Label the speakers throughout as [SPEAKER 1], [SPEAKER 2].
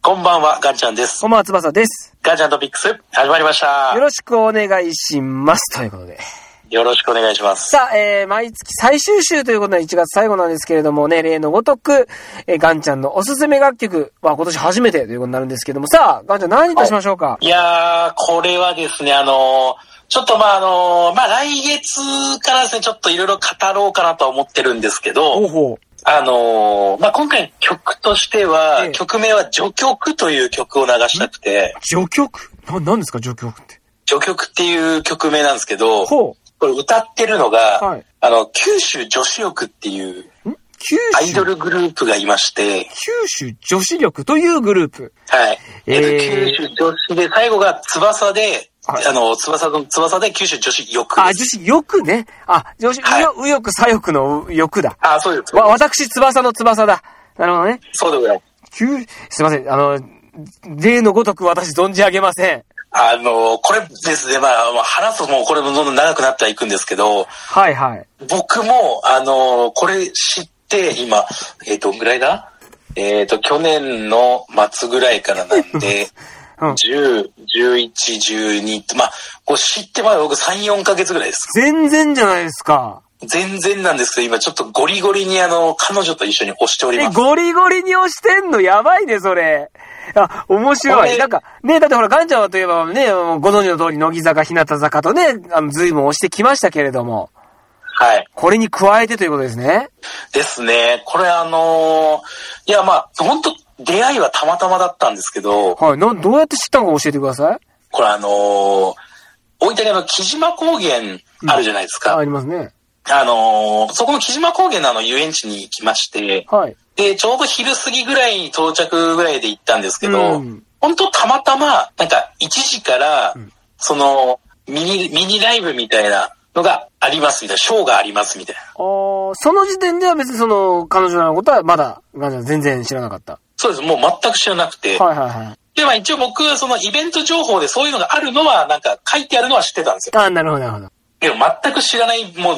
[SPEAKER 1] こんばんは、ガンちゃんです
[SPEAKER 2] こ。んばんは、翼です。
[SPEAKER 1] ガンちゃんトピックス、始まりました
[SPEAKER 2] よ。ろしくお願いします。ということで。
[SPEAKER 1] よろしくお願いします。
[SPEAKER 2] さあ、えー、毎月最終週ということで1月最後なんですけれどもね、例のごとく、えー、ガンちゃんのおすすめ楽曲は今年初めてということになるんですけども、さあ、ガンちゃん何にいたしましょうか、
[SPEAKER 1] いやー、これはですね、あのーちょっとまああのーまあ来月からですね、ちょっといろいろ語ろうかなとは思ってるんですけ
[SPEAKER 2] ほう
[SPEAKER 1] ど、
[SPEAKER 2] ほ
[SPEAKER 1] あのーまあ今回曲としては、
[SPEAKER 2] ええ
[SPEAKER 1] 曲名は序曲という曲を流したくて
[SPEAKER 2] う、。序曲な、何ですか序曲って。
[SPEAKER 1] 序曲っていう曲名なんですけど、こ
[SPEAKER 2] ほ
[SPEAKER 1] れ歌ってるのが、
[SPEAKER 2] はい
[SPEAKER 1] あの、九州女子力っていう
[SPEAKER 2] う。ん九
[SPEAKER 1] アイド
[SPEAKER 2] 州、
[SPEAKER 1] ルグループがいまして、
[SPEAKER 2] 九州女子力というグループ。
[SPEAKER 1] はい。えっと
[SPEAKER 2] えー
[SPEAKER 1] 九州女子で、最後が翼で、
[SPEAKER 2] はい
[SPEAKER 1] あの、翼の、翼で九州女子欲
[SPEAKER 2] あ、
[SPEAKER 1] で
[SPEAKER 2] 女
[SPEAKER 1] す。
[SPEAKER 2] 子欲ね。あ、女子、
[SPEAKER 1] はい
[SPEAKER 2] 右翼左翼の欲だ。
[SPEAKER 1] あ、そうです。
[SPEAKER 2] わ、私、翼の翼だ。なるほどね。
[SPEAKER 1] そうでございます。
[SPEAKER 2] 急、すいません、あの、例のごとく私存じ上げません。
[SPEAKER 1] あの、これですね、まあ、まあ話すともうこれもどんどん長くなってはいくんですけど、
[SPEAKER 2] はいはい。
[SPEAKER 1] 僕も、あの、これ知って、今、えーどんぐらいだえっ、と、去年の末ぐらいからなんで、
[SPEAKER 2] うん
[SPEAKER 1] 10、11、12と、まあ、こう知ってまだ僕3、4ヶ月ぐらいです。
[SPEAKER 2] 全然じゃないですか。
[SPEAKER 1] 全然なんですけど、今ちょっとゴリゴリにあの、彼女と一緒に押しており
[SPEAKER 2] え
[SPEAKER 1] ま、す。
[SPEAKER 2] ゴリゴリに押してんのやばいね、それ。あ、面
[SPEAKER 1] こ
[SPEAKER 2] 白
[SPEAKER 1] れ
[SPEAKER 2] い。なんか、ね、だってほら、ガンちゃんはといえばね、もうご存知の通り、乃木坂、日向坂とね、あの、随分押してきましたけれども、
[SPEAKER 1] はい。
[SPEAKER 2] これに加えてということですね。
[SPEAKER 1] ですね。これあのーいやまあ、本当出会いはたまたまだったんですけど、
[SPEAKER 2] はい。な、どうやって知ったのか教えてください。
[SPEAKER 1] これあのー大分県の木島高原あるじゃないです
[SPEAKER 2] あ
[SPEAKER 1] か。
[SPEAKER 2] ありますね。
[SPEAKER 1] あのーそこの木島高原のあの遊園地に行きまして、
[SPEAKER 2] はい。
[SPEAKER 1] で、ちょうど昼過ぎぐらいに到着ぐらいで行ったんですけど、
[SPEAKER 2] うん
[SPEAKER 1] 本当たまたま、なんか1時から
[SPEAKER 2] ん、
[SPEAKER 1] その、ミニ、ミニライブみたいなのがありますみたいな、ショーがありますみたいな。
[SPEAKER 2] あーその時点では別にその、彼女のことはまだ、ガンちゃん全然知らなかった。
[SPEAKER 1] そうです。もう全く知らなくて。
[SPEAKER 2] はいはいはい。
[SPEAKER 1] で、まあ一応僕、そのイベント情報でそういうのがあるのは、なんか書いてあるのは知ってたんですよ。
[SPEAKER 2] あーなるほどなるほど。
[SPEAKER 1] でも全く知らない、もう、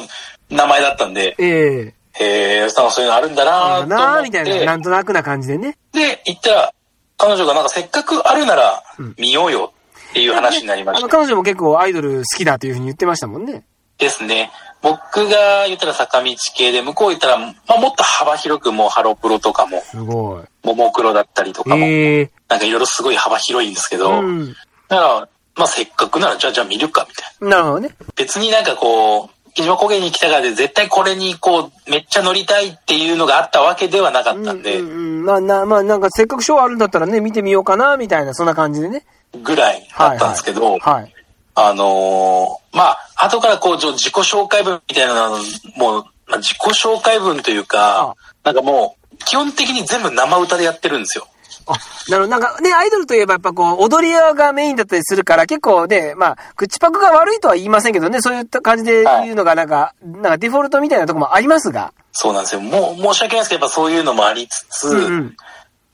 [SPEAKER 1] 名前だったんで、
[SPEAKER 2] ええ
[SPEAKER 1] へえ、なんかそういうのあるんだな
[SPEAKER 2] あ
[SPEAKER 1] ー
[SPEAKER 2] ん
[SPEAKER 1] と
[SPEAKER 2] だ
[SPEAKER 1] 思っ
[SPEAKER 2] なー
[SPEAKER 1] て。
[SPEAKER 2] みたいな、なんとなくな感じでね。
[SPEAKER 1] で、行ったら、彼女がなんかせっかくあるなら
[SPEAKER 2] うん、
[SPEAKER 1] 見ようよっていう話になりま
[SPEAKER 2] あ
[SPEAKER 1] し
[SPEAKER 2] の、
[SPEAKER 1] た。
[SPEAKER 2] 彼女も結構アイドル好きだというふうに言ってましたもんね。
[SPEAKER 1] ですね。僕が言ったら坂道系で、向こう行ったら、まあもっと幅広くもうハロプロとかも、
[SPEAKER 2] すごい。
[SPEAKER 1] ももクロだったりとかも、
[SPEAKER 2] ええ
[SPEAKER 1] なんかいろいろすごい幅広いんですけど、
[SPEAKER 2] うん。
[SPEAKER 1] だから、まあせっかくなら、じゃあじゃあ見るか、みたいな。
[SPEAKER 2] なるほどね。
[SPEAKER 1] 別になんかこう、木島高原に来たからで絶対これにこう、めっちゃ乗りたいっていうのがあったわけではなかったんで、
[SPEAKER 2] うんうんうん、まあ、な、まあ、なんかせっかくショーあるんだったらね、見てみようかな、みたいな、そんな感じでね。
[SPEAKER 1] ぐらいだったんですけど、
[SPEAKER 2] はい。
[SPEAKER 1] あのーまあ、後からこう、じょ自己紹介文みたいなの、もう、まあ自己紹介文というか、なんかもう、基本的に全部生歌でやってるんですよ。
[SPEAKER 2] あ、なるほど。なんかね、アイドルといえばやっぱこう、踊り屋がメインだったりするから、結構ね、まあ、口パクが悪いとは言いませんけどね、そういった感じで言うのがなんか、なんかデフォルトみたいなとこもありますが。
[SPEAKER 1] そうなんですよ。もう、申し訳ないですけど、やっぱそういうのもありつつ、
[SPEAKER 2] うん。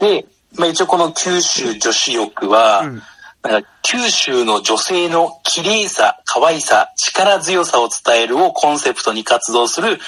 [SPEAKER 1] で、まあ、一応この九州女子欲は、
[SPEAKER 2] うん
[SPEAKER 1] なんか九州の女性の綺麗さ、可愛さ、力強さを伝えるをコンセプトに活動する、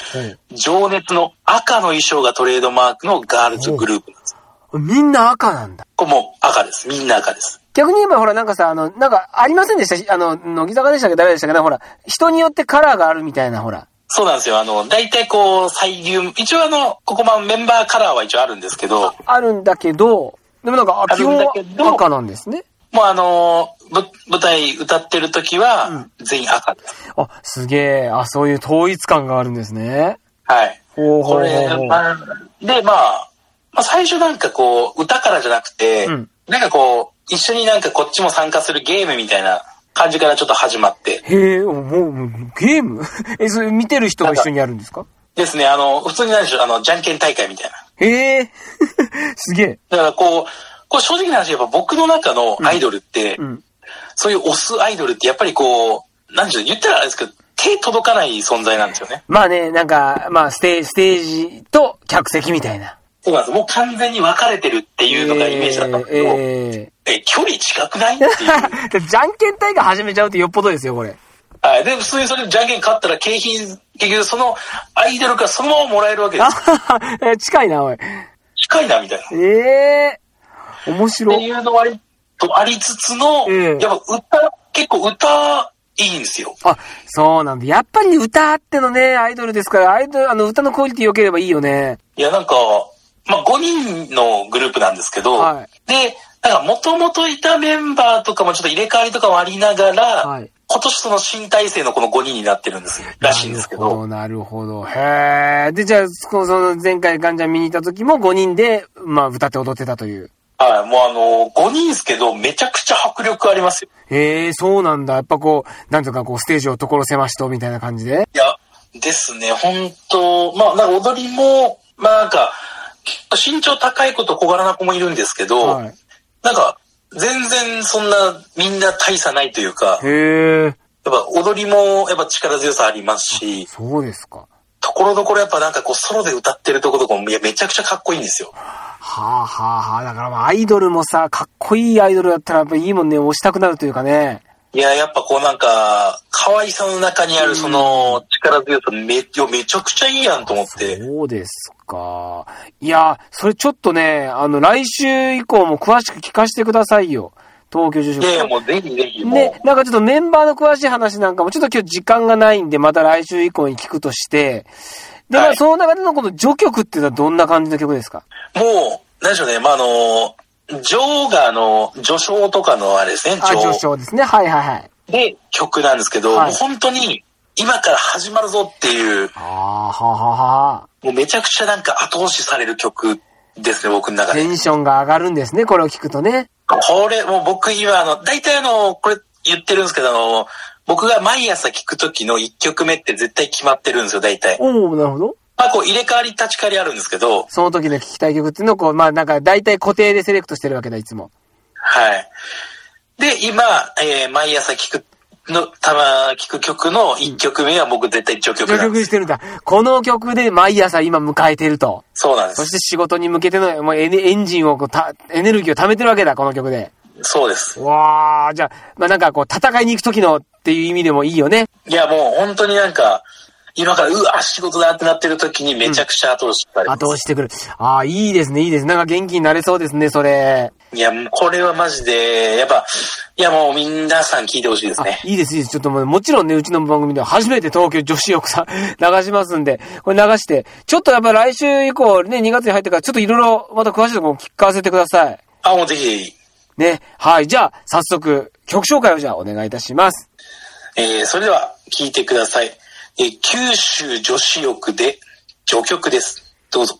[SPEAKER 1] 情熱の赤の衣装がトレードマークのガールズグループなんです。
[SPEAKER 2] みんな赤なんだ。
[SPEAKER 1] これもう赤です。みんな赤です。
[SPEAKER 2] 逆に言えばほら、なんかさ、あの、なんか、ありませんでしたしあの、乃木坂でしたっけ誰でしたっけなほら、人によってカラーがあるみたいな、ほら。
[SPEAKER 1] そうなんですよ。あの、大体こう、最流、一応あの、ここまあメンバーカラーは一応あるんですけど、
[SPEAKER 2] あるんだけど、でもなんか、あ
[SPEAKER 1] あ
[SPEAKER 2] 基
[SPEAKER 1] るん
[SPEAKER 2] 本
[SPEAKER 1] だ
[SPEAKER 2] は
[SPEAKER 1] けど
[SPEAKER 2] 赤なんですね。
[SPEAKER 1] もうあのぶ舞台歌ってる時は、全員赤です。
[SPEAKER 2] あ、すげえ。あ、そういう統一感があるんですね。
[SPEAKER 1] はい。
[SPEAKER 2] ほうほ
[SPEAKER 1] こ
[SPEAKER 2] うほう
[SPEAKER 1] れ、
[SPEAKER 2] ほう。
[SPEAKER 1] まあ、で、まあ、まあ、最初なんかこう、歌からじゃなくて、
[SPEAKER 2] うん
[SPEAKER 1] なんかこう、一緒になんかこっちも参加するゲームみたいな感じからちょっと始まって。
[SPEAKER 2] へえ、もう、もうゲーム え、それ見てる人が一緒にやるんですか
[SPEAKER 1] ですね、あの、普通になんでしょう、あの、じゃんけん大会みたいな。
[SPEAKER 2] へえ、 すげえ。
[SPEAKER 1] だからこう、こう正直な話、やっぱ僕の中のアイドルって、
[SPEAKER 2] うん。
[SPEAKER 1] そういうオスアイドルってやっぱりこう、なんでしょう、言ったらあれですけど、手届かない存在なんですよね。
[SPEAKER 2] まあね、なんか、まあ、ステージ、ステージと客席みたいな。
[SPEAKER 1] そうなんです。もう完全に分かれてるっていうのがイメージだったんだけど、え
[SPEAKER 2] え
[SPEAKER 1] 距離近く ないっていう。
[SPEAKER 2] ーじゃんけん大会始めちゃうってよっぽどですよ、これ。
[SPEAKER 1] はい。で、普通にそれでじゃんけん勝ったら景品、結局そのアイドルからそのままもらえるわけです。
[SPEAKER 2] あ近いな、おい。
[SPEAKER 1] 近いな、みたいな。
[SPEAKER 2] ええ面白い
[SPEAKER 1] っていうのはとありつつの、
[SPEAKER 2] ええ
[SPEAKER 1] やっぱ歌、結構歌、いいんですよ。
[SPEAKER 2] あ、そうなんだ。やっぱり歌あってのね、アイドルですから、アイドル、あの、歌のクオリティ良ければいいよね。
[SPEAKER 1] いや、なんか、まあ、5人のグループなんですけど、
[SPEAKER 2] は
[SPEAKER 1] で、なんか、もともといたメンバーとかもちょっと入れ替わりとかもありながら、
[SPEAKER 2] はい
[SPEAKER 1] 今年その新体制のこの5人になってるんですよらしいんですけど、
[SPEAKER 2] なるほど、なるほど。へえ。で、じゃあ、その、その前回ガンジャン見に行った時も5人で、まあ、歌って踊ってたという。
[SPEAKER 1] はい、もうあの、5人ですけど、めちゃくちゃ迫力ありますよ。
[SPEAKER 2] へえ、そうなんだ。やっぱこう、なんとかこう、ステージを所狭しと、みたいな感じで。
[SPEAKER 1] いや、ですね、本当まあ、なんか踊りも、まあなんか、結構身長高い子と小柄な子もいるんですけど、
[SPEAKER 2] は
[SPEAKER 1] なんか、全然そんなみんな大差ないというか
[SPEAKER 2] い。、へえ、
[SPEAKER 1] やっぱ踊りもやっぱ力強さありますし、
[SPEAKER 2] そうですか。
[SPEAKER 1] ところどころやっぱなんかこうソロで歌ってるとことかもいやめちゃくちゃかっこいいんですよ。
[SPEAKER 2] はあはあはあ。だからまあ、アイドルもさ、かっこいいアイドルだったら、やっぱいいもんね、押したくなるというかね。
[SPEAKER 1] いや、やっぱこうなんか、可愛さの中にあるその力強さめいやめちゃくちゃいいやんと思って。
[SPEAKER 2] そうですか。いや、それちょっとね、あの、来週以降も詳しく聞かせてくださいよ。東京女子
[SPEAKER 1] いやいやもうぜひぜひもう。
[SPEAKER 2] ね、なんかちょっとメンバーの詳しい話なんかも、ちょっと今日時間がないんで、また来週以降に聞くとして、で、ま
[SPEAKER 1] は
[SPEAKER 2] あ、
[SPEAKER 1] い
[SPEAKER 2] その中でのこの序曲っていうのはどんな感じの曲ですか
[SPEAKER 1] もう、なんでしょうね、まあ、あの、女王があの、序章とかのあれですね、
[SPEAKER 2] あ、
[SPEAKER 1] 女
[SPEAKER 2] 上
[SPEAKER 1] 王
[SPEAKER 2] 昇ですね。はいはいはい。
[SPEAKER 1] で曲なんですけど、
[SPEAKER 2] はい
[SPEAKER 1] もう本当に今から始まるぞっていう、
[SPEAKER 2] ああ、はあはあは
[SPEAKER 1] もうめちゃくちゃなんか後押しされる曲ですね、僕の
[SPEAKER 2] あ。
[SPEAKER 1] 中
[SPEAKER 2] テ
[SPEAKER 1] で。
[SPEAKER 2] ンションが上がるんですね、これを聞くとね。
[SPEAKER 1] これ、もう僕今あの、大体あの、これ言ってるんですけど、あの、僕が毎朝聴く時の1曲目って絶対決まってるんですよ、大体。
[SPEAKER 2] おおなるほど。
[SPEAKER 1] まあこう入れ替わり立ち替わりあるんですけど、
[SPEAKER 2] その時の聞きたい曲っていうのを、こう、まあなんか大体固定でセレクトしてるわけだ、いつも。
[SPEAKER 1] はい。で、今、えー毎朝聴く、の、たま、聴く曲の1曲目は僕絶対序曲
[SPEAKER 2] 上
[SPEAKER 1] なんで
[SPEAKER 2] 曲
[SPEAKER 1] す。
[SPEAKER 2] してるんだ。この曲で毎朝今迎えてると。
[SPEAKER 1] そうなんで
[SPEAKER 2] そし
[SPEAKER 1] す。
[SPEAKER 2] て仕事に向けての、もうエネエンジンをこうた、エネルギーを貯めてるわけだ、この曲で。
[SPEAKER 1] そうです。
[SPEAKER 2] わあ、じゃあ、まあなんかこう、戦いに行く時のっていう意味でもいいよね。
[SPEAKER 1] いや、もう本当になんか、今から、うわ、仕事だってなってる時にめちゃくちゃ後押しされます。
[SPEAKER 2] 後押してくる。ああ、いいですね、いいですね。なんか元気になれそうですね、それ。
[SPEAKER 1] いや、もうこれはマジで、やっぱ、いや、もう皆さん聞いてほしいです
[SPEAKER 2] あ
[SPEAKER 1] ね。
[SPEAKER 2] いいです、いいです。ちょっともう、もちろんね、うちの番組では初めて東京女子浴さん 流しますんで、これ流して、ちょっとやっぱ来週以降ね、2月に入ってから、ちょっといろいろまた詳しいところも聞かせてください。
[SPEAKER 1] あ、もうぜひ、
[SPEAKER 2] ね。はい。じゃあ、早速、曲紹介をじゃあお願いいたします。
[SPEAKER 1] えー、それでは聞いてください。えー、九州女子浴で、序曲です。どうぞ。